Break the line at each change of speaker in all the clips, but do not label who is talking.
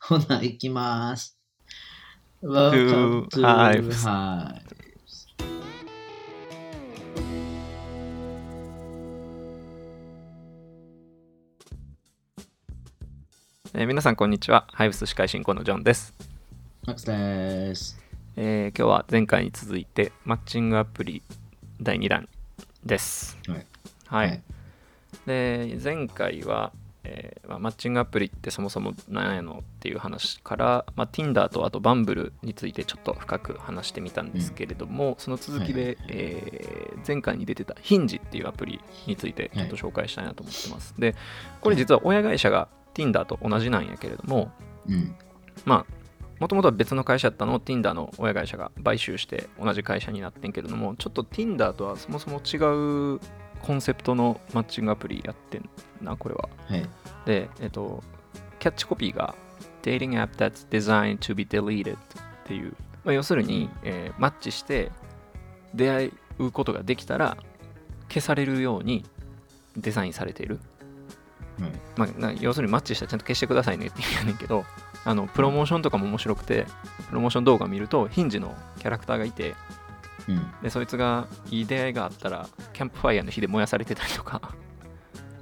ほな、行きます。
Welcome
Welcome to
to Hives
Hives
えー皆さんこんにちはハイブス司会進行のジョンです、
マックスです。
えー今日は前回に続いてマッチングアプリ第2弾です
はい。
はい、
はい
で前回は、えーまあマッチングアプリってそもそも何やのっていう話から、まあ、Tinder とあと Bumble についてちょっと深く話してみたんですけれども、その続きで、
はい
えー前回に出てた Hinge っていうアプリについてちょっと紹介したいなと思ってます、でこれ実は親会社が Tinder と同じなんやけれども、
うん。
まあもともとは別の会社だったのを Tinder の親会社が買収して同じ会社になってんけれどもちょっと Tinder とはそもそも違うコンセプトのマッチングアプリやってんなこれは
はい。
でえっとキャッチコピーが Dating app that's designed to be deleted っていう、まあ、要するに、えーマッチして出会うことができたら消されるようにデザインされている
はい。
まあ、な要するにマッチしたらちゃんと消してくださいねって言うんやねんけどあのプロモーションとかも面白くてプロモーション動画見るとヒンジのキャラクターがいて
うん。
でそいつがいい出会いがあったらキャンプファイヤーの火で燃やされてたりとか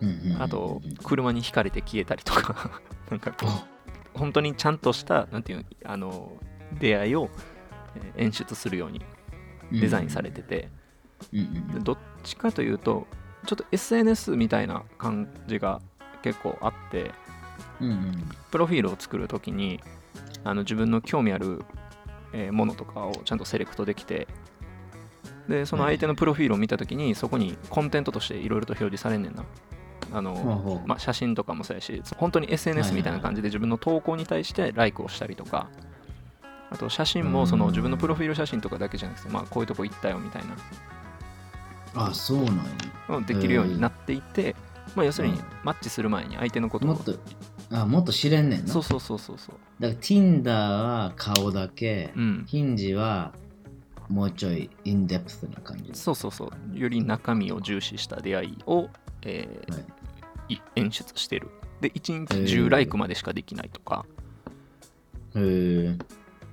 うんうん。
あと
うん
車にひかれて消えたりとか なんかこ
あ
う本当にちゃんとしたなんていうのあの出会いをえー演出するようにデザインされてて、
うんうん
でどっちかというとちょっと SNS みたいな感じが結構あって
うん。うん
プロフィールを作るときにあの自分の興味あるえーものとかをちゃんとセレクトできてでその相手のプロフィールを見たときにそこにコンテンツとしていろいろと表示されんねんなあ
うん。ほう
の、
ほう
まあ、写真とかもそうやし本当に
はい
SNS
はい
みたいな感じで自分の投稿に対してライクをしたりとかあと写真もそうの
ん
自分のプロフィール写真とかだけじゃなくて、まあ、こういうとこ行ったよみたいな
あ、そうなんや。
のをできるようになっていて、まあ、要する
う
に
ん
マッチする前に相手のこと
も
を
っと、あ、もっと知れんねんな。
そうそうそうそうそう
だから Tinder は顔だけ、
うん
ヒンジはもうちょいインデプスな感じ。
そうそうそうより中身を重視した出会いを、えー
はい
い演出してるで1日
へ
10
ー
ライクまでしかできないとか、
へー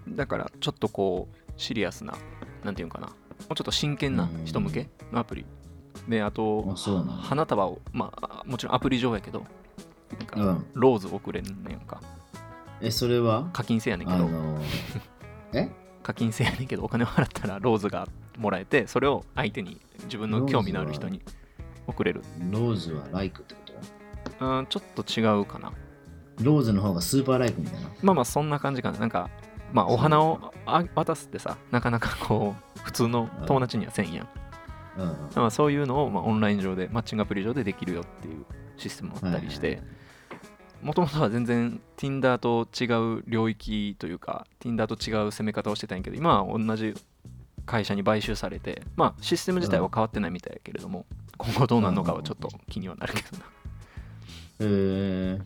だからちょっとこうシリアスななんていうのかなもうちょっと真剣な人向けのアプリであと
あ、そうなんや。
花束をまああもちろんアプリ上やけどなん
う
か
ん。
ローズ送れんねんか
え、それは
課金制やねんけ
あ
ど
のー、え
課金制やねんけどお金を払ったらローズがもらえてそれを相手に自分の興味のある人に送れる
ローズはライクってこと
うんちょっと違うかな
ローズの方がスーパーライクみたいな。
まあまあそんな感じかな。なんか、まあお花をあ渡すってさ、なかなかこう、普通の友達にはせんやん。
うんうん。
まあそういうのをまあオンライン上で、マッチングアプリ上でできるよっていうシステムもあったりし
はいは
て、もともとは全然 Tinder と違う領域というか、Tinder と違う攻め方をしてたんやけど、今は同じ会社に買収されて、まあシステム自体は変わってないみたいやけれども、今後どうなるのかはちょっと気にはなるけどな。
えー、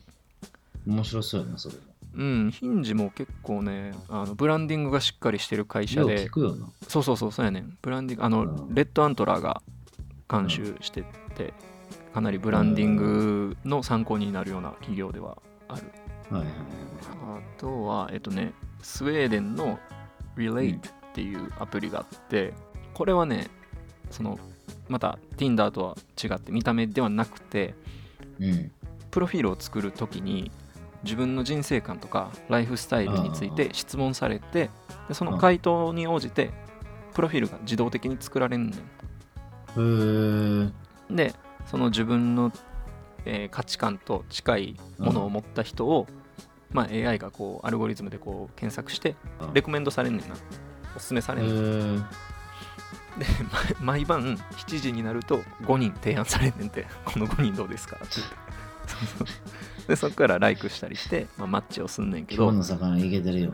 面白そうやな、それ。
うん、ヒンジも結構ね、あのブランディングがしっかりしてる会社
よう
で
聞、くよな。
そうそうそうそうやねんブランディングあの、
うん
レッドアントラーが監修してて、かなりブランディングの参考になるような企業ではある、
はいはい
あとはえっとねスウェーデンの
うん
Relate っていうアプリがあって、これはねそのまた Tinder とは違って見た目ではなくて
はい。うん。
プロフィールを作るときに自分の人生観とかライフスタイルについて質問されてでその回答に応じてプロフィールが自動的に作られるんだよ
えー、
でその自分の、えー価値観と近いものを持った人を、まあ、AI がこうアルゴリズムでこう検索して
うん
レコメンドされんねんなおすすめさ
え
れんねん
ー、
でま毎晩7時になると5人提案されんねんて この5人どうですかって言ってそうそうでそこからライクしたりして、まあ、マッチをすんねんけ
今
ど
日の魚いけてるよ。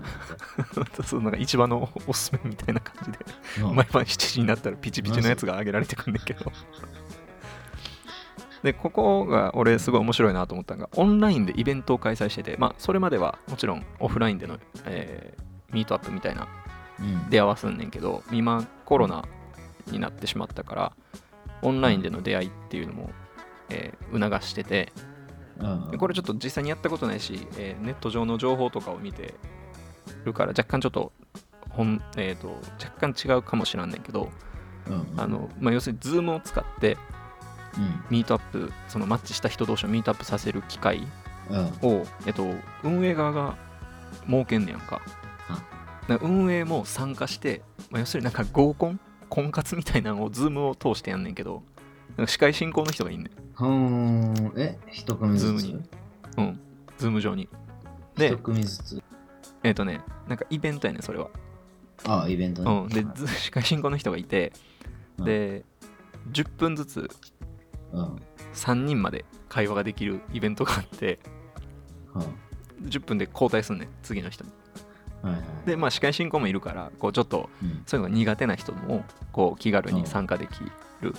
そうなんか市場のおすすめみたいな感じで
な
毎晩7時になったらピチピチのやつが上げられてくんねんけどでここが俺すごい面白いなと思ったのがオンラインでイベントを開催しててまあそれまではもちろんオフラインでの、えーミートアップみたいな
うん、
出会わすんねんけど今コロナになってしまったからオンラインでの出会いっていうのも、えー促してて
うん
でこれちょっと実際にやったことないし、えーネット上の情報とかを見てるから若干ちょっとほん、えー、と若干違うかもしれないけど
うん
あの、まあ、要するに Zoom を使ってミートアップそのマッチした人同士をミートアップさせる機会
うんうん
を、えっと、運営側が設けんねやんか
あ
だから運営も参加して、まあ、要するになんか合コン婚活みたいなのを Zoom を通してやんねんけどなんか司会進行の人がいんねん
ほーんえ一組ず
ズーム
つ
Zoom 上に
一
で
組ずつ
えっ、とねなんかイベントやねんそれは
あイベントね
うん、でず司会進行の人がいて、
うん
で10分ずつ
うんうん
3人まで会話ができるイベントがあって10分で交代すんねん次の人に
はいはい
でまあ司会進行もいるからこうちょっと
うん
そういうのが苦手な人もこう気軽に参加できる、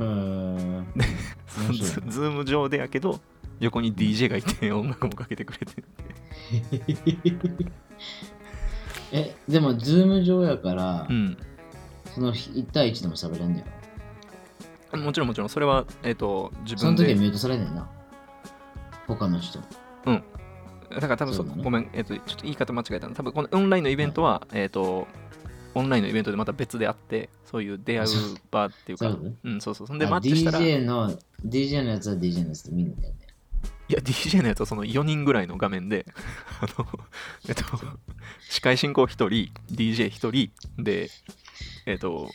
うーん面白い
ズズーム上でやけど横に DJ が いて音楽もかけてくれて
えでもズーム上やから、
うん
その1対1でも喋れんだよ
もちろんもちろんそれはえっ、と自
そ
分
の時
で
はミュートされんねんな他の人
だから多分そ
そうだね
ごめん、えっとちょっと言い方間違えたの多分このオンラインのイベントは、えっとオンラインのイベントでまた別であってそういう出会う場っていう
そ
か
ういうことね
うんそうそうそんで
あ
マッチしたらい
DJ の DJ のやつは DJ のやつでみんなでやるね
や DJ のやつはその4人ぐらいの画面で あのえっと司会進行1人 DJ1 人でえっと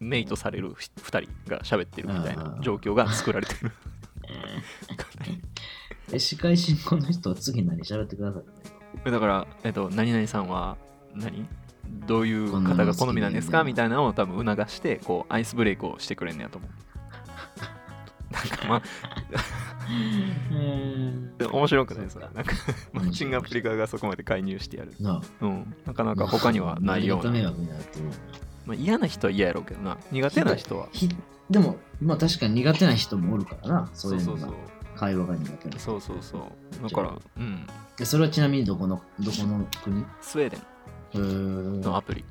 メイトされる2人が喋ってるみたいな状況が作られて るかなり
え司会進行の人は次何喋ってくださいね
だから、えっと、何々さんは何どういう
こんな
方
の
が
好き
好みなんです
な
か
んだ
みたいなのを多分促してこうアイスブレイクをしてくれんねやと思う。 なんかまあ面白くないですかなんかマッチングアプリ側がそこまで介入してやる。
なあ
うん、なかなか他にはないよう
あり
な。
がた迷惑になると思うな
まあ、嫌な人は嫌やろうけどな。苦手な人は。
ひでもまあ確かに苦手な人もおるからなそ
そうう
いう
そ
の
うそう
が。会話が苦手な
そうそうそう。だから、うん。
でそれはちなみにどこのどこの国
スウェーデ
うー
ン
ん
のアプリ。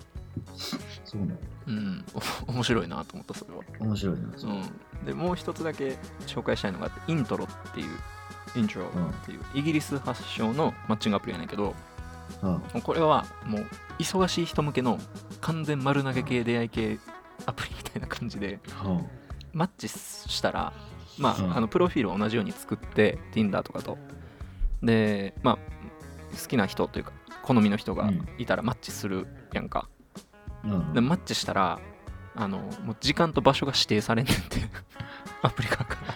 そうなの
うん。 お面白いなと思った、それは。
面白いなそれ
うん、でもう一つだけ紹介したいのがあってイントロっていうイントロっていう、イギリス発祥のマッチングアプリやねんけど
あ
もうこれはもう忙しい人向けの完全丸投げ系出会い系アプリみたいな感じで
あは
マッチしたら、まあ
うん
あのプロフィールを同じように作って Tinder とかとで、まあ、好きな人というか好みの人がいたらマッチするやんか、
あうん
でマッチしたらあのもう時間と場所が指定されんねんって アプリ側から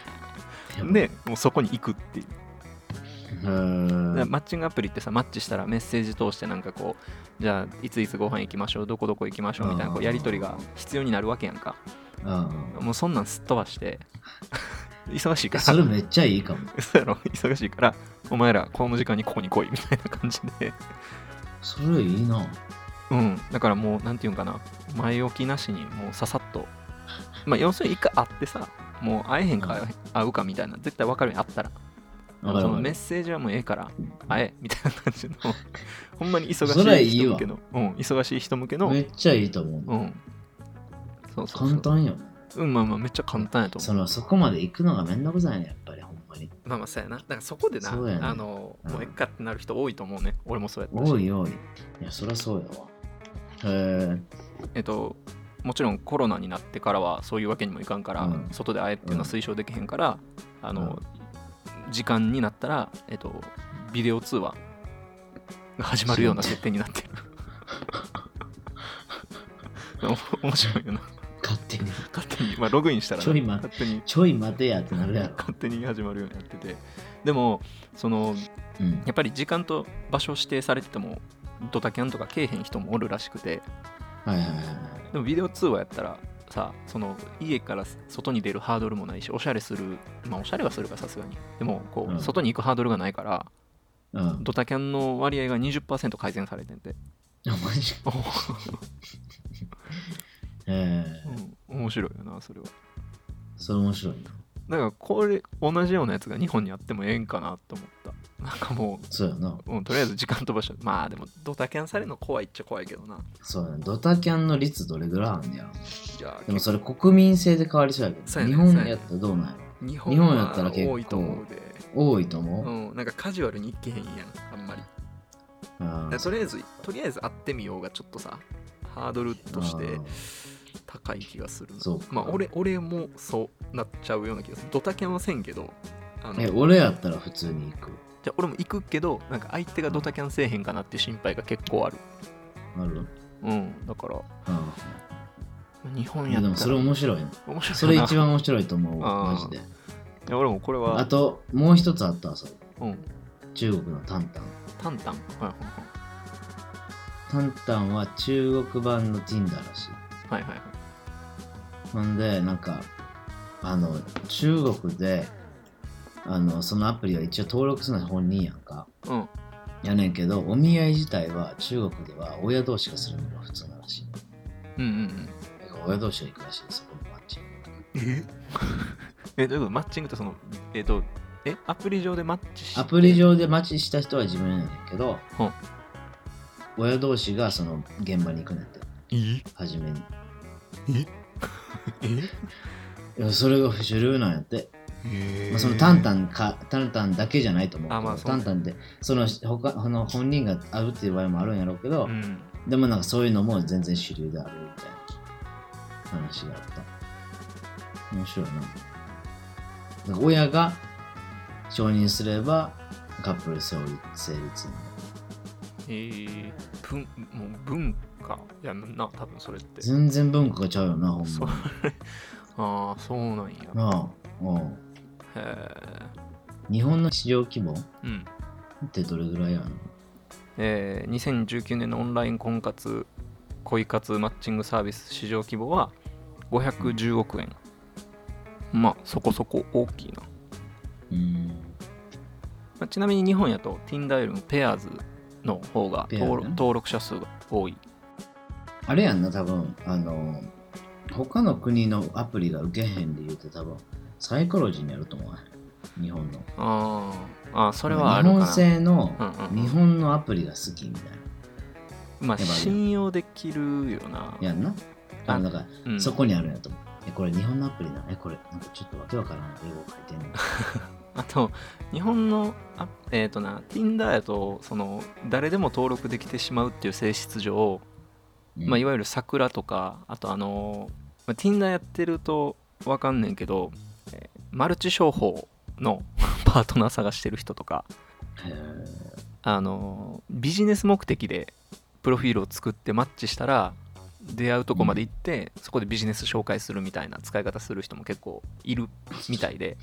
でもうそこに行くっていう、
うー
で
ん
マッチングアプリってさマッチしたらメッセージ通してなんかこうじゃあいついつご飯行きましょうどこどこ行きましょうみたいなこ
う
うんやり取りが必要になるわけやんか
うん
もうそんなんすっ飛ばして 忙しいか
そ
ら
れめっちゃいいかも
嘘やろ 忙しいからお前らこの時間にここに来いみたいな感じで
それいいな
うんだからもうなんていうんかな前置きなしにもうささっとまあ要するに一回会ってさもう会えへんか
うん
会うかみたいな絶対分かるように会ったら
わかる
その
わか
メッ
る
セージはもうええから会えみたいな感じの ほんまに忙
それい
しい
い
人
わ
向けのうん、忙しい人向けの、
めっちゃいいと思
う、
うん
そうそうそう
簡単よ
うんまあまあめっちゃ簡単やと思
そのそこまで行くのがめんどくさいねやっぱりほんまに
うまあまあそうやなだからそこでな、
そうやね
あの
うん
もうえっかってなる人多いと思うね俺もそうやったし
おいおいいやそりゃそうやわへ
えっともちろんコロナになってからはそういうわけにもいかんから、
うん
外で会えっていうのは推奨できへんから、あの時間になったら、えっと、ビデオ通話が始まるような設定になってる お面白いよな
え勝手に
勝手に、まあ、ログインしたら
ち
な、
ょい待
勝手に
ちょい待てやってなるやろ
勝手に始まるようになっててでもその
うん
やっぱり時間と場所指定されててもドタキャンとかけえへん人もおるらしくて
はいはいはいはい
でもビデオ通話やったらさその家から外に出るハードルもないしおしゃれするまあおしゃれはするかさすがにでもこう、
うん
外に行くハードルがないから
うん
ドタキャンの割合が20%改善されてんて、
あマジかええ
うん、面白いよなそれは
それ面白いな
だからこれ同じようなやつが日本にあってもええんかなと思ったなんかも
そうやな
う、うん、とりあえず時間と場所まあでもドタキャンされるの怖いっちゃ怖いけどな
そうやなドタキャンの率どれぐらいあんねや
いや
でもそれ国民性で変わりそうやけ
そ
ど
うや
日
ね
本やったらどうなんやろ
日
日本やったら結構
多いと思うで
多いと思う。
うん、なんかカジュアルにいけへんやん、あんまり。
あ
でとりあえず、とりあえず会ってみようがちょっとさ、ハードルとして高い気がするな。
そうか
まあ、俺、俺もそうなっちゃうような気がする。ドタキャンはせんけど、あ
あ
の
え、俺やったら普通に行く。
じゃあ俺も行くけど、なんか相手がドタキャンせえへんかなって心配が結構ある。
ある
うん、だから、
あ
日本
い
や
や
っ
でも
た
それ
ら
面白いね。
面白いな。
それ一番面白いと思う、
あー
マジで。
いや俺もこれは、
あと、もう一つあったわ、それ
うん、
中国のタンタン。
タンタン。はい
タンタンは中国版の Tinder らし
はいはい。
い。なんで、なんか、あの、中国で、あの、そのアプリは一応登録するのは本人やんか。
うん。
やねんけど、お見合い自体は中国では親同士がするのが普通ならしい。
うんうんうん。
だから親同士が行くらしいです、このマッチング。
え え、どういうことマッチングってその、えっ、と、え、アプリ上でマッチし
アプリ上でマッチした人は自分やねんけど、
うん
親同士がその現場に行くねんって、
え
初めに。
え
いやそれが主流なんやって、
え
まあ、そのタンタンかタンタンだけじゃないと思うけど
あまあそう
タンタンでその他あの本人が会うっていう場合もあるんやろうけど、
うん。
でもなんかそういうのも全然主流であるみたいな話があった面白いななんか親が承認すればカップル成立成立になる
えー、文、もう文化やんな、多分それって。
全然文化がちゃうよなほん
そ
ま
れ、ああ、そうなんや。
なあうん
へ
日本の市場規模っ
え。うん。
てどれぐらいやの
えー、2019年のオンライン婚活恋活マッチングサービス市場規模は510億円まあそこそこ大きいな、ま
うん
あちなみに日本やと Tinder よりも Pairs の方が
Pairs
登録
ね
登録者数が多い
あれやんな、多分あの、他の国のアプリが受けへんで言うと多分、サイコロジーにやると思うわ。日本の。
あーあーそれはある
日
か
本
な
製の、
うんうん
日本のアプリが好きみたい
ま
や
あ
ばいね
信用できるよ
な。
な
やんな多分だから、
うん
そこにあるんやと思う。え、これ日本のアプリなのえ、これ、なんかちょっとわけわからない。英語書いてんの。
あと日本のあえっ、とな Tinder やとその誰でも登録できてしまうっていう性質上
うん
まあ、いわゆる桜とかあとあのーまあ、Tinder やってるとわかんねんけど、えーマルチ商法の パートナー探してる人とか、
へー
あのービジネス目的でプロフィールを作ってマッチしたら出会うとこまで行って、そこでビジネス紹介するみたいな使い方する人も結構いるみたいで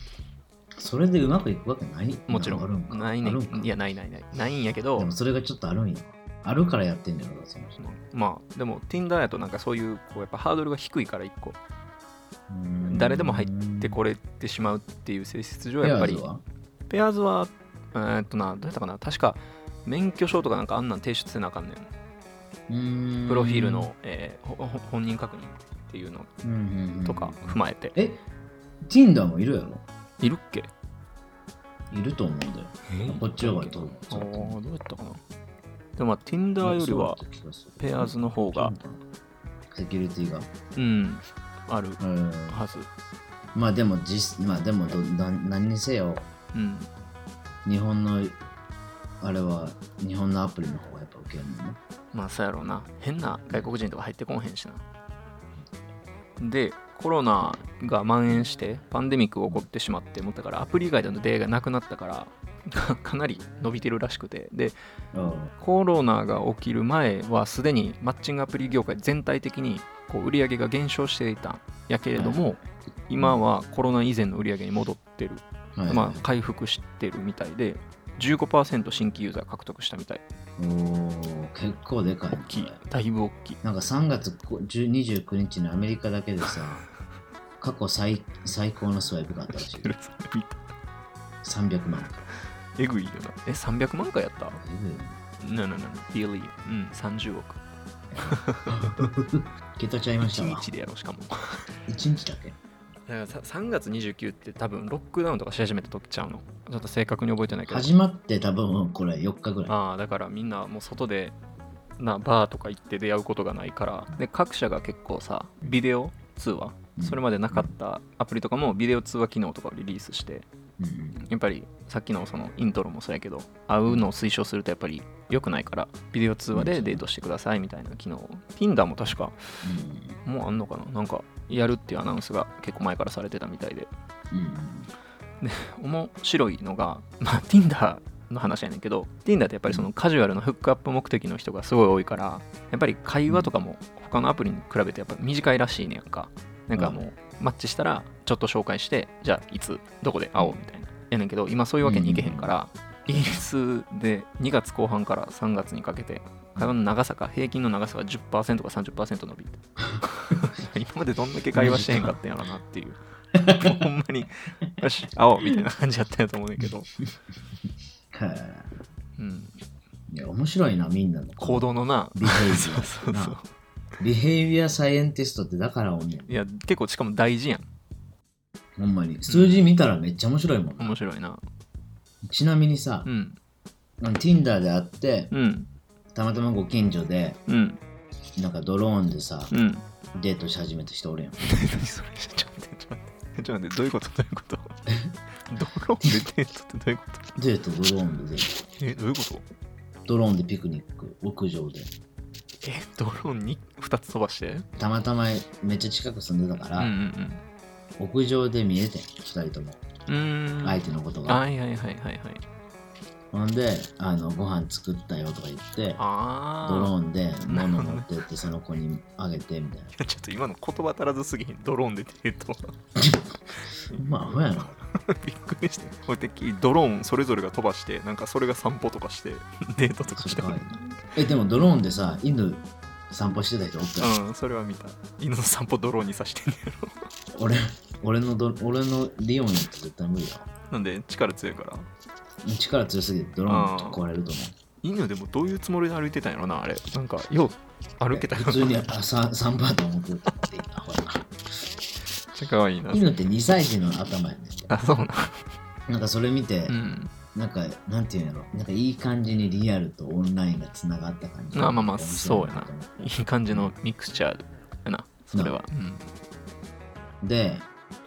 それでうまくいくわけない
もちろ
あるん
ん
か
ないね
あるんか
んいやないないないないんやけ
で
ど
もそれがちょっとあるんや。あるからやってんじゃんか、その人。
まあでも Tinder やとなんかそういうこうやっぱハードルが低いから一個
うん
誰でも入ってこれてしまうっていう性質上やっぱり
ペアーズは
ペアーズは、えーっとな、どうやったかな、確か免許証とかなんかあんなん提出せなあかんねん。
うーん
プロフィールの、えーほほ本人確認っていうの
うんうんうん
とか踏まえて。
え、Tinder もいるやろ
いるっけ
いると思うんだよ。こっちの方がどう
あーどうやったかな。でもまあ、Tinder よりは、ペアーズの方が、
セキュリティが。
うん、ある
うん
はず。
まあでも実、まあでもどな何にせよ、
うん。
日本の、あれは日本のアプリの方がやっぱ受けるのね。
まあ、そうやろうな。変な外国人とか入ってこんへんしな。で、コロナが蔓延して、パンデミックが起こってしまって、もうだからアプリ以外での出会いがなくなったから、 かかなり伸びてるらしくて。で、
うん
コロナが起きる前はすでにマッチングアプリ業界全体的にこう売り上げが減少していたんやけれども、今はコロナ以前の売り上げに戻ってる、
はい
まあ、回復してるみたいで15%新規ユーザー獲得したみたい
おー結構でかい
大
な。
き
こ
い
れ
だいぶ大きい
なんか3月こ10 29日にアメリカだけでさ、 過去最最高のスワイプがあったらしい。300万。
えぐいよなえ300万回やった
えぐいよね
なななな really うん30億
ゲットちゃいました
1
わ。
日でやろうしかも
一日だけ。
だから3月29って多分ロックダウンとかし始めた時ちゃうのちょっと正確に覚えてないけど
始まって多分これ4日ぐらい。
ああだからみんなもう外でなバーとか行って出会うことがないからで各社が結構さビデオ通話
うん
それまでなかったアプリとかもビデオ通話機能とかをリリースして
うんうん
やっぱりさっきのそのイントロもそうやけど会うのを推奨するとやっぱり良くないからビデオ通話でデートしてくださいみたいな機能 Tinder も確かもうあんのかななんかやるっていうアナウンスが結構前からされてたみたいで
うんうん
面白いのが、まあ、Tinder の話やねんけど Tinder ってやっぱりそのカジュアルなフックアップ目的の人がすごい多いからやっぱり会話とかも他のアプリに比べてやっぱ短いらしいねやんかなんかもうマッチしたらちょっと紹介してじゃあいつどこで会おうみたいなやねんけど今そういうわけにいけへんから、イギリスで2月後半から3月にかけて会話の長さが平均の長さが10%か30%伸びて 今までどんだけ会話してへんかったんやろなっていうもうほんまによし会おうみたいな感じやったんやと思うねんだけど、
は
うん、
いいや面白いなみんなの
行動のな
ビヘイビア
そうそうそう
ビヘイビアサイエンティストってだからおんねん
いや結構しかも大事やん
ほんまに数字見たらめっちゃ面白いもん、
面白いな
ちなみにさ
う、ん
あの Tinder で会って
うん
たまたまご近所で
うん
なんかドローンでさ、
うん
デートし始めた人おるやん
何それちょっと待ってちょっと待ってちょっと待ってどういうことどういうことドローンでデートってどういうこと
デートドローンでデー
えどういうこと
トドローンでピクニック屋上で
えドローンに2つ飛ばして
たまたまめっちゃ近く住んでたか
う
ら、
んうん
屋上で見えてん2人とも
うんうーん
相手のことが、
はいはいはいはいはい
ほんであのご飯作ったよとか言って
あ
ドロ
ン
ーンで物持ってってその子にあげてみたいな
ちょっと今の言葉足らずすぎひんドローンでデート
まあアホやな
びっくりしてこうやってドローンそれぞれが飛ばしてなんかそれが散歩とかして デートとか
それ
して
かわいいなえでもドローンでさ犬散歩してた人おったよ、
うんそれは見た犬の散歩ドローンにさしてんねやろ
俺俺のド俺のリオンやって絶対無理だわ
なんで力強いから
力強すぎてドローンちょっと壊れると思う
犬でもどういうつもりで歩いてたんやろなあれなんかよう歩けたよ
普通にあさ散歩やと思ってたってアホやな
めっ ちゃ可愛いな
犬って2歳児の頭やね
あそうなん
なんかそれ見て、
うん
なんかなんていうんやろなんかいい感じにリアルとオンラインがつながった感じ
まあまあまあそうやないい感じのミクスチャーやなそれはうん
で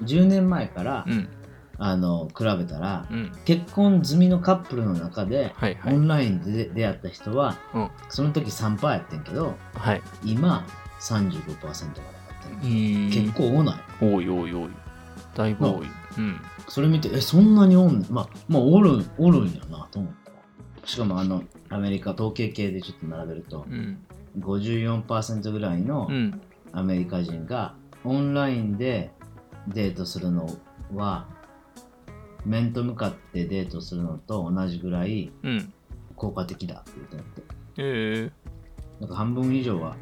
10年前から、
うん
あの比べたら、
うん
結婚済みのカップルの中で、
はいは
オ
い
ンラインで出会った人は、
うん
その時3%やってんけど
はい
今35%がなかったね、
結
結構多ない
多い多い多いだいぶ多いうん
それ見てえそんなにおんまあまあおるおるんやなと思ったわしかもあのアメリカ統計系でちょっと並べると
うん
54%ぐらいの
うん
アメリカ人がオンラインでデートするのは面と向かってデートするのと同じぐらい
うん
効果的だって言ってあって
ええ
なんか半分以上は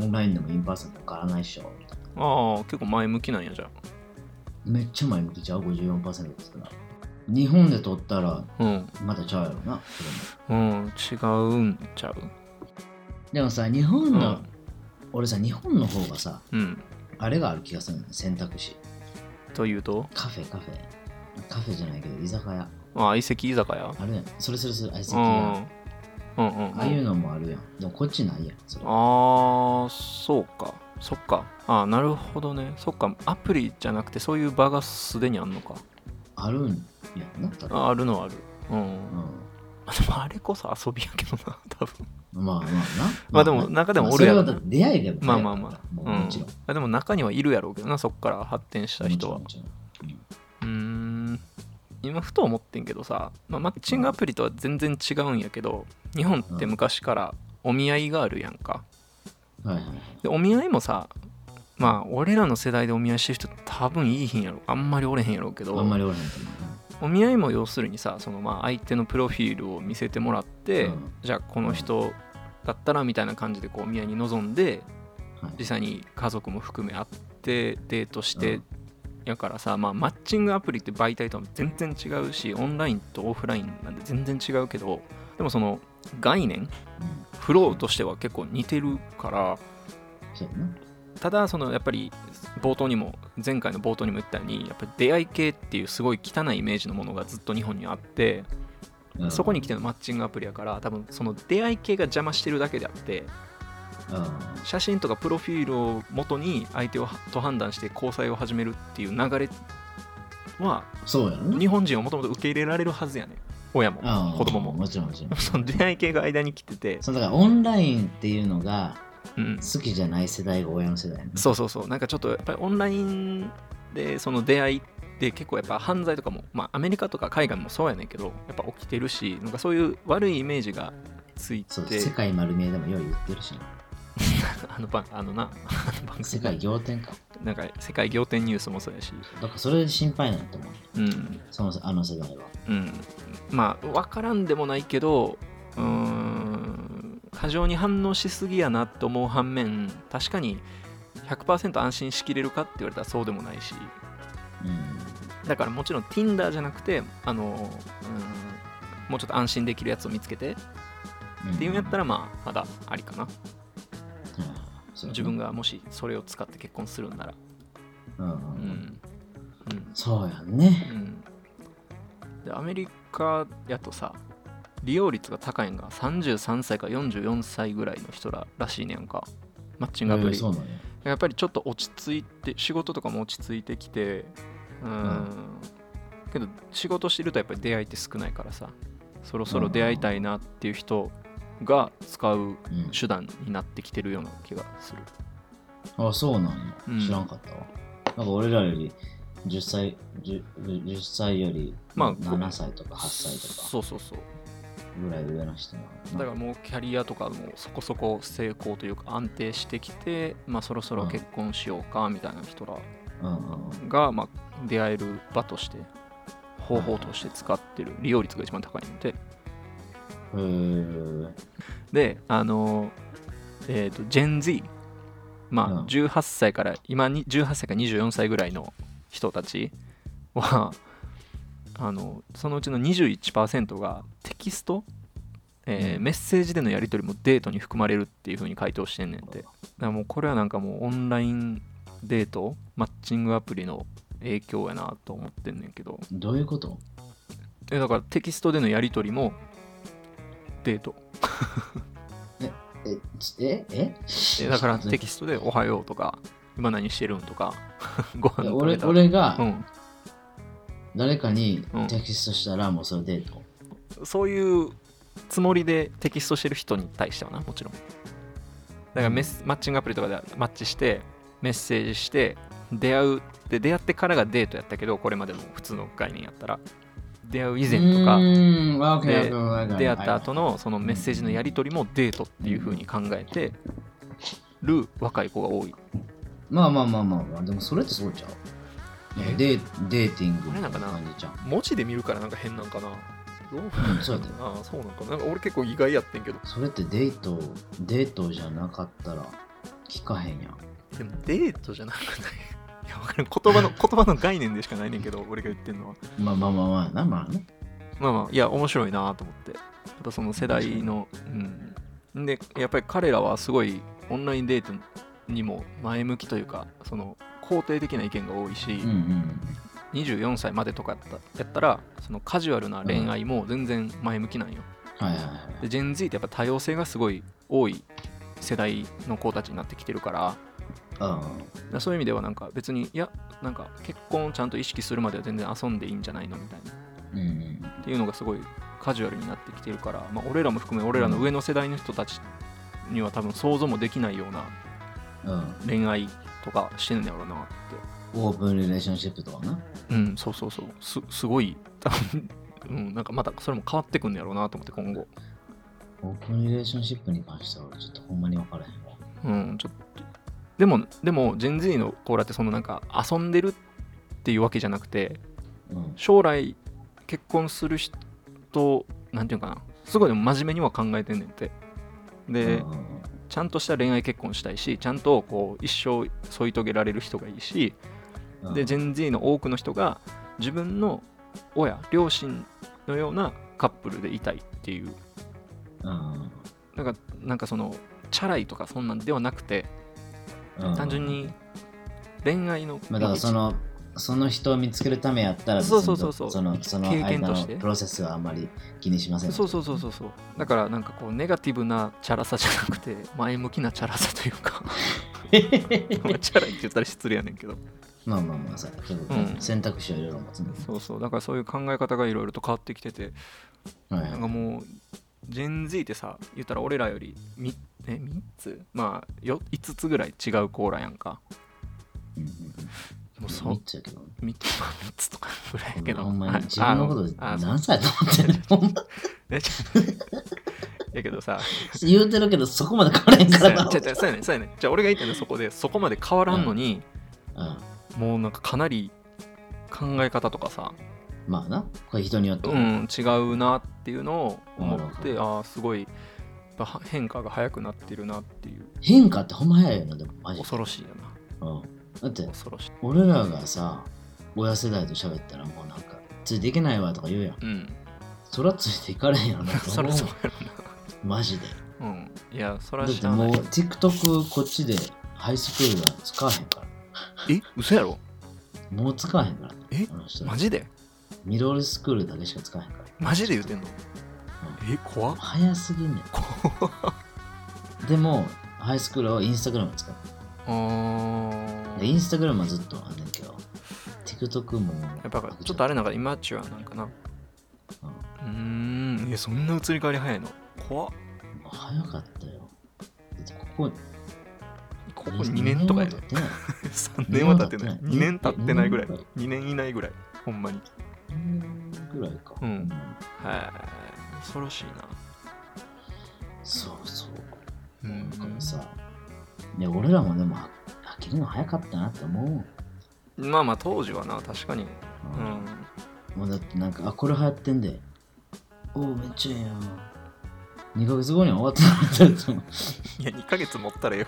オンラインでもインパーソンでも変わらないっしょみたいな
ああ結構前向きなんやじゃ
めっちゃ前向きちゃう54%ですから日本で取ったら
あうん
またちゃうやろなそれも
うん違うんちゃう
でもさ日本
う
の、
ん
俺さ日本の方がさ
うん
あれがある気がするのよ選択肢
というと
カフェカフェカフェじゃないけど居酒屋
あ相席居酒屋
あるやんそれそれそれ相席
う
屋
んうんうんうん
ああいうのもあるやん。でもこっちないやん。それ
あーそうかそっかあーなるほどねそっかアプリじゃなくてそういう場がすでにあんのか
あるんやんなったら。
ああるのはあるうん
う
あでもあれこそ遊びやけどな 多分
ん。まあまあな。
まあでも
ね
中でもおるやろ
まあそれはだって出会いでも
まあまあま
も
あ、う
うも
ん
ちろん。、
あでも中にはいるやろうけどなそっから発展した人は
もちろんも
うーん今ふと思ってんけどさ、まあ、マッチングアプリとは全然違うんやけど日本って昔からお見合いがあるやんか
ちろんはいはいはい。
でお見合いもさまあ俺らの世代でお見合いしてる人多分いいひんやろあんまりおれへんやろうけど
あんまりおらへんと思
お見合いも要するにさそのまあ相手のプロフィールを見せてもらって、
うん
じゃあこの人だったらみたいな感じでこうお見合いに臨んで
う。はい
実際に家族も含め会ってデートして、
うん
やからさ、まあ、マッチングアプリって媒体とは全然違うしオンラインとオフラインなんで全然違うけどでもその概念
うん
フローとしては結構似てるから、
そうやな。
ただそのやっぱり冒頭にも前回の冒頭にも言ったようにやっぱり出会い系っていうすごい汚いイメージのものがずっと日本にあって
うん
そこに来てのマッチングアプリやから多分その出会い系が邪魔してるだけであって
うん
写真とかプロフィールを元に相手をと判断して交際を始めるっていう流れま
そうやろ
あ
ね
日本人はもともと受け入れられるはずやねん親も
ああ
子供も
もちろんもちろん
その出会い系が間に来てて、
そうだからオンラインっていうのが
うん、
好きじゃない世代が親の世代ね
そうそうそうなんかちょっとやっぱりオンラインでその出会いって結構やっぱ犯罪とかもまあアメリカとか海外もそうやねんけどやっぱ起きてるしなんかそういう悪いイメージがついて
そう世界丸見えでもよう言ってるしな
あのばあのなあの番組
世界仰天か
なんか世界仰天ニュースもそうやし
だからそれで心配なんだと思う
うん
そのあの世代は
うんまあ分からんでもないけどうーん過剰に反応しすぎやなと思う反面確かに100%安心しきれるかって言われたらそうでもないし
うん
だからもちろん Tinder じゃなくてあの、うん、もうちょっと安心できるやつを見つけてっていうんやった
ら、
らまあまだありかな
うんそう
自分がもしそれを使って結婚するんなら
うんう
うんんうん
そうやん
う
ね
んでアメリカやとさ利用率が高いんが33歳か44歳ぐらいの人ららしいねやんかマッチングアプ
うん
リ
そうなのよ
やっぱりちょっと落ち着いて仕事とかも落ち着いてきてうーん、けど仕事してるとやっぱり出会いって少ないからさそろそろ出会いたいなっていう人が使う
うん
手段になってきてるような気がする
あ、そうなんや
うん。
知らんかったわ。なんか俺らより10歳、10, 10歳より
まあ
7歳とか8歳とか
そうそうそう
ぐらい上の人なのかな
だからもうキャリアとかもそこそこ成功というか安定してきて、まあ、そろそろ結婚しようかみたいな人ら
うんうんうん
が、まあ、出会える場として方法として使ってる利用率が一番高いので
へー
で、あの、えっ、と、ジェン Z、
うん
まあ、18歳から、今に、18歳から24歳ぐらいの人たちは、 あの、そのうちの21%がテキスト、えー
うん
メッセージでのやり取りもデートに含まれるっていう風に回答してんねんて。だからもう、これはなんかもう、オンラインデート、マッチングアプリの影響やなと思ってんねんけど、
どういうこと
えだからテキストでのやり取りもデート。
えちええ
えだからテキストで「おはよう」とか「今何してるん?」とか 「ご飯
いや
食べ
俺
た」
俺が
うん、
誰かに
うん
テキストしたらもうそれデート。
そういうつもりでテキストしてる人に対してはなもちろんだからメスマッチングアプリとかでマッチしてメッセージして出会うで出会ってからがデートやったけどこれまでの普通の概念やったら出会う以前と
う
か
ーんわかるわ
で
かるわかる
出会った後のそのメッセージのやり取りもデートっていう風に考えてる若い子が多い
まあまあまあまあまあ、でもそれってそうちゃう。なんかデーデーティングみたいな感じじゃん。
文字で見るからなんか変なんかなどう
うん、そうやで。
ああそうなんかななんか俺結構意外やってんけど
それってデート、デートじゃなかったら聞かへんやん。
でもデートじゃなくないいやわからん言葉の言葉の概念でしかないねんけど俺が言ってんのは
まあまあまあまあな、まあね。
まあまあいや面白いなと思ってやっぱその世代のうんでやっぱり彼らはすごいオンラインデートにも前向きというかその肯定的な意見が多いし、
うんうん。
24歳までとかやったやったらそのカジュアルな恋愛も全然前向きなんよ、
はいはいはい。
でジェン Z ってやっぱ多様性がすごい多い世代の子たちになってきてるから、
う
だからそういう意味ではなんか別にいやなんか結婚をちゃんと意識するまでは全然遊んでいいんじゃないのみたいなっ
んうんうん。
ていうのがすごいカジュアルになってきてるから、まあ、俺らも含め俺らの上の世代の人たちには多分想像もできないような
うん。
恋愛とかしてんねやろうなっ
オープンリレーションシップとかな。
てうんそうそうそうすすごい多分、うん、なんかまたそれも変わってくんねやろうなと思って今後
オープンリレーションシップに関しては俺ちょっとほんまに分からへんわ。
うんちょっとでもでもジェン Z のコーラってそのなんか遊んでるっていうわけじゃなくて
うん。
将来結婚する人なんていうのかなすごいでも真面目には考えてんねんてで、
うんうんうん
ちゃんとした恋愛結婚したいしちゃんとこう一生添い遂げられる人がいいし、
うん
でジェン Z の多くの人が自分の親両親のようなカップルでいたいっていう
うん
なんかなんかそのチャラいとかそんなんではなくて、
うん
単純。に恋愛の
まあだからその、その人を見つけるためやったら別に
そうそうそうそう
そのその
経験
間
と
の
して
プロセスはあんまり気にしません
そうそうそうそうそうだからなんかこうネガティブなチャラさじゃなくて 前向きなチャラさというかまあチャラいって言ったら失礼やねんけど
まあまあまあさ、そういうことね
うん
選択肢はいろいろ持つんだけど
そうそうだからそういう考え方がいろいろと変わってきてて
はい
な
は
ん
い
かもうジェン Z ってさ言ったら俺らより 3, え3つまあよ5つぐらい違うコーラやんか
うんうん
もう
う
そ
ん。
う
3つやけどね。
3, つとかぐらいやけど
ほんま
は
に
い
自分のこと
ああ
何歳と思ってんのほんま
ねち ょやけどさ、
言うてるけどそこまで変わらへん
そ
か
うや
ら
ね
な。
ちょちょそうやねそうやねじゃあ俺が言ったのはそこで、そこまで変わらんのに、
うん
もうなんかかなり考え方とかさ、
まあな、これ人によって
う
は。
ん、違うなっていうのを思って、
うん
ああ、すごい、やっぱは変化が早くなってるなっていう、
変化ってほんま早いよな、でもマジで。
恐ろしいよな、
うんだって、
恐ろしい。
俺らがさ、親世代と喋ったらもうなんか、ついていけないわとか言うやん。
うん、
そらついていかれへんやろなと
そ
思
り
う
ゃそうや
マジで。
ろな。うん、いや、そり
だ
ゃ
っ
知
て
らな
もう
い。
TikTok こっちでハイスクールは使わへんから。
え、嘘やろ
もう使わへんから。
え
あの人
マジで
ミドルスクールだけしか使わへんから。
マジで言ってんのえ、怖っ
早すぎんねん。でも、ハイスクールをインスタグラム使って
あー
でインスタグラムはずっとあんねんけど、TikTok も。
やっぱちょっとあれなんかイマチュアなんかな。
うん
うーん、え、そんな移り変わり早いの怖っ。
早かったよ。だってここ、
ここ2年とかやで
経。ってない
3年は経ってない。2
二
年
年経
経っ
っててない
ないぐらい。
え
2年以内ぐらい。ほんまに。
二年ぐらいか。
うんはい。恐ろしいな。
そうそう。
うん
だからさ、で俺らもでもあ飽きるの早かったなって思うもん。
まあまあ当時はな、確かに。うん。
もうだってなんか、あ、これ流行ってんで。おお、めっちゃええやん。2ヶ月後には終わってたんだけど
いや、2ヶ月持ったらよ。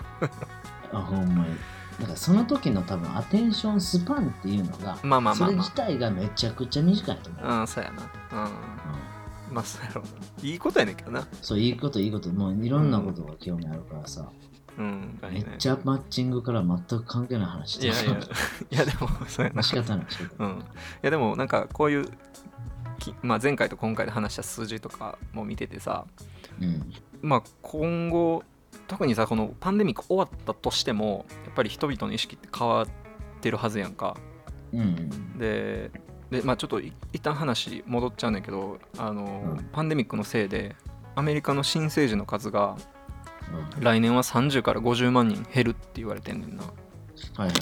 あ、ほんまに。なんかその時の多分アテンションスパンっていうのが、
まあまあまあ
それ
ま
自体がめちゃくちゃ短いと思う。
あ。うん、そうやな。うん。まあそうやろ。いいことやねんけどな。
うんそう、いいこといいこと、もういろんなことが興味あるからさ。
うん。だよ
め
ね
っちゃマッチングから全く関係ない話
いやいや、いやでも、そうやな。
仕方ない仕方
う
ない、
ん、いやでもなんかこういうき、まあ、前回と今回で話した数字とかも見ててさ、
うん
まあ、今後特にさこのパンデミック終わったとしてもやっぱり人々の意識って変わってるはずやんか
うんうん
でで、まあ、ちょっとい一旦話戻っちゃうねんだけどあの、
うん
パンデミックのせいでアメリカの新生児の数が来年は30から50万人減るって言われてんねんな。
はいはいはい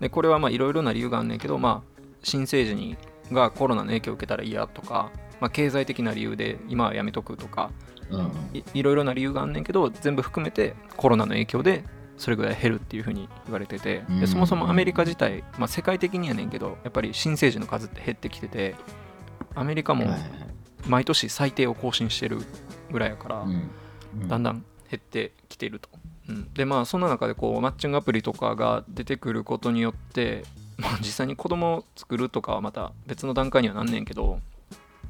でこれはまあいろいろな理由があんねんけど、まあ、新生児にがコロナの影響を受けたら嫌とか、まあ、経済的な理由で今はやめとくとか
うんうん
いいろいろな理由があんねんけど全部含めてコロナの影響でそれぐらい減るっていうふうに言われてて
う
で
ん
そもそもアメリカ自体、まあ、世界的にやねんけどやっぱり新生児の数って減ってきててアメリカも
はいはいはい
毎年最低を更新してるぐらいやから。
うんうん
だんだん減ってきていると。うん、でまあそんな中でこうマッチングアプリとかが出てくることによって、 まあ、実際に子供を作るとかはまた別の段階にはなんねんけど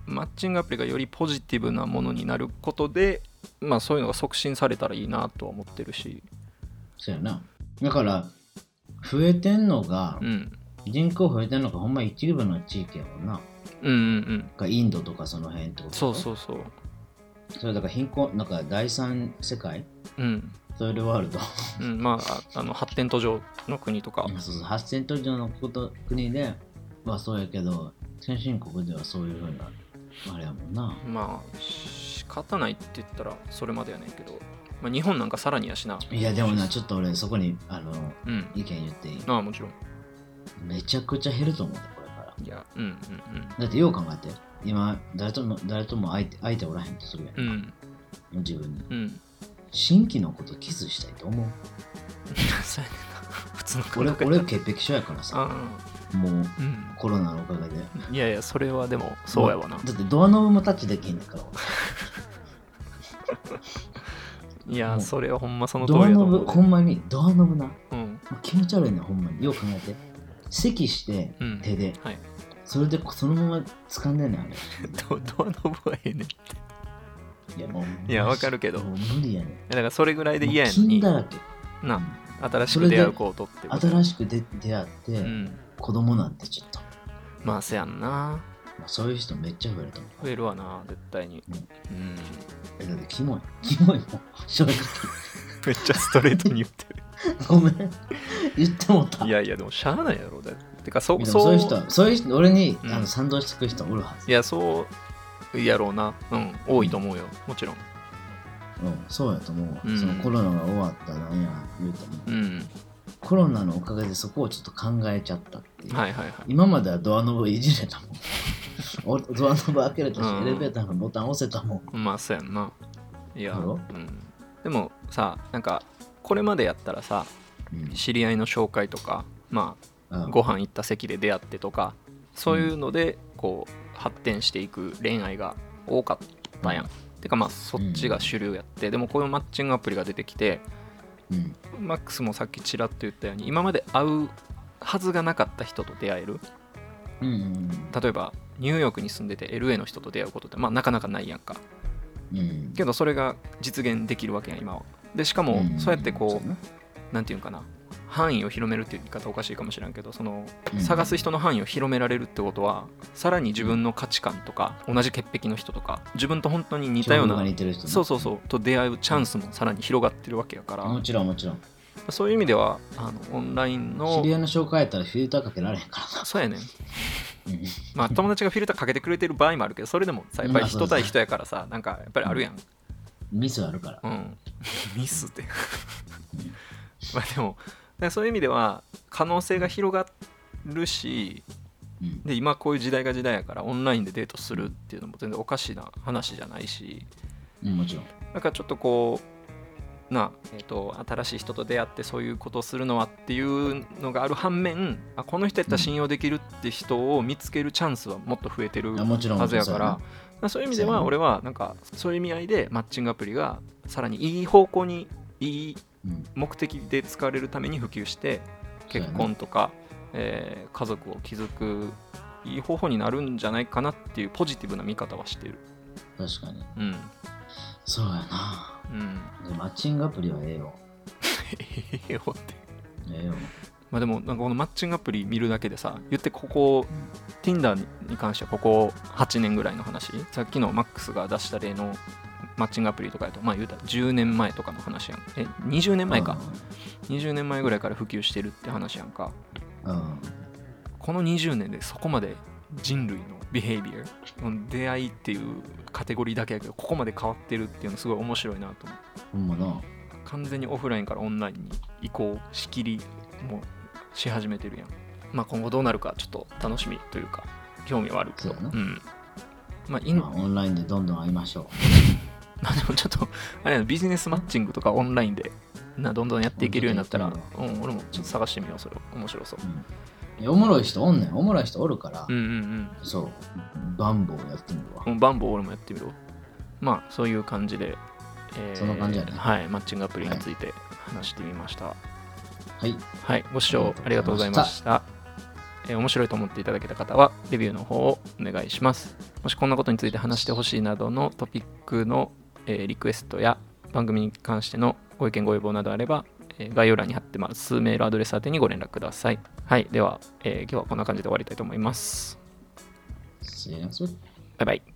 マッチングアプリがよりポジティブなものになることで、まあ、そういうのが促進されたらいいなとは思ってるし、
そうやなだから増えてんのが
う、ん、
人口増えてんのがほんま一部の地域やもんな
うんうんうん
がインドとかその辺ってこと
そう
う
そうそう
それだから貧困なんか第三世界
うん、
それでワールド
うん、まあああの発展途上の国とか
そうそう発展途上のこと国でまあそうやけど先進国ではそういうふうなあれやもんな
まあ仕方ないって言ったらそれまでやねんけど、まあ、日本なんかさらにやしない
やでもなちょっと俺そこにあの
うん
意見言っていい
ああもちろん
めちゃくちゃ減ると思うでこれから
いや、うん
だってよう考えて今誰とも誰とも相手相手おらへんとするやん
うんうん。うん
自分に
うん。
新規のことキスしたいと思う
そうやねんな。普通の感
俺
覚や
俺潔癖症やからさ
あ
もう
あ、うん。
コロナのおかげで
いやいや、それはでも、そうやわな
も。だってドアノブもタッチできへんねんから俺
いや、それはほんまその通り
ドア
やと
ノ
思
ブ
う。
ほんまにドアノブな
うん。
気持ち悪いねんほんまによう考えて咳して
うん。
手で
はい。
それでそのまま掴んでんねんあれ
ドドアノブはええねん。い
いやもう
いやわかるけど
もう無理やねん
やだから、それぐらいで嫌やの
金
に、
だらけ
な、新しく出会う子を取ってこと。
新しく出出会って、
うん。
子供なんてちょっと、
まあ、せやんな。
まあ、そういう人めっちゃ増えると思う
増えるわな、絶対に。うん。
えだってキモいキモいもん正直
めっちゃストレートに言ってる。
ごめん言ってもった。
いやいや、でもしゃあないやろ。だってか、そ
でも
そう
そういう人、そういう人、俺に、
うん
あの賛同してくる人おるはず。
いや、そうやろうな。うん、多いと思うよ。もちろん。
うん、そうやと思うわ、
うん
そのコロナが終わったなんや言うと思う、
うん。
コロナのおかげでそこをちょっと考えちゃったっていう、
はいはいはい。
今まではドアノブいじれたもん おドアノブ開けれたし、
うん
エレベーターのボタン押せたもん
まあ、そうやんな。いや、
だ
う
ろ
ん。でもさ、なんか、これまでやったらさ、
うん
知り合いの紹介とか、ま
あ
あ、ご飯行った席で出会ってとか、そういうので、こう、発展していく恋愛が多かったやん。てか、まあ、そっちが主流やって、でも、こういうマッチングアプリが出てきて、
うん
マックスもさっきちらっと言ったように今まで会うはずがなかった人と出会える
うんうん
例えばニューヨークに住んでて LA の人と出会うことってまあなかなかないやんか
うんうん
けどそれが実現できるわけやん今はでしかも
ん
そうやってこう
ね
何て言うんかな範囲を広めるっていう言い方おかしいかもしれんけどその
うん
探す人の範囲を広められるってことはさらに自分の価値観とか同じ潔癖の人とか自分と本当に似たよう
情報が
な
似てる人ね
そうそうそうと出会うチャンスもさらに広がってるわけやから
もちろんもちろん
そういう意味ではあのオンラインの
知り合いの紹介やったらフィルターかけられへんから
そうやねん
なうん
まあ友達がフィルターかけてくれてる場合もあるけどそれでもさやっぱり
まあそう
人
だ
対人やからさなんかやっぱりあるやん
ミスあるから
うんミスって まあでもだからそういう意味では可能性が広がるし
うん
で今こういう時代が時代やからオンラインでデートするっていうのも全然おかしな話じゃないし
うんもちろん
なんかちょっとこうなえー、と新しい人と出会ってそういうことをするのはっていうのがある反面あこの人やったら信用できるって人を見つけるチャンスはもっと増えてる
あもちろん
はずやから
そうやな
まあそういう意味で
そうや
は
な
俺はなんかそういう意味合いでマッチングアプリがさらにいい方向にいい
うん
目的で使われるために普及して
そうや
結
な
婚とか、えー家族を築くいい方法になるんじゃないかなっていうポジティブな見方はしてる
確かに
うん
そうやな
うん
でマッチングアプリは ええよ
ええよって
ええよ
まあでもなんかこのマッチングアプリ見るだけでさ言ってここ Tinder に関してはここ8年ぐらいの話さっきのマックスが出した例のマッチングアプリとかやとまあ言うたら10年前とかの話やんえ20年前か20年前ぐらいから普及してるって話やんか
うんうん
この20年でそこまで人類のビヘイビアの出会いっていうカテゴリーだけやけどここまで変わってるっていうのすごい面白いなと思
ほ
う
んまな
完全にオフラインからオンラインに移行しきりもし始めてるやんまあ今後どうなるかちょっと楽しみというか興味はあるけど
そうやな
うんまあイン
まあオンラインでどんどん会いましょう
まあでもちょっと、あれやなビジネスマッチングとかオンラインで、などんどんやっていけるようになったら、うん、俺もちょっと探してみよう、それ。面白そう。
いやおもろい人おんねんおもろい人おるから、
うんうん
そうバンボーやってみるわ、
うん。もうバンボ俺もやってみろ。まあ、そういう感じで、えー
そんな感じやね
はい、マッチングアプリについて話してみました。はい、
はい
ご視聴ありがとうございました。えー面白いと思っていただけた方は、レビューの方をお願いします。もしこんなことについて話してほしいなどのトピックの、えーリクエストや番組に関してのご意見ご要望などあれば、えー概要欄に貼ってますメールアドレス宛てにご連絡ください。はい、では、えー今日はこんな感じで終わりたいと思います。
See you next week.
バイバイ。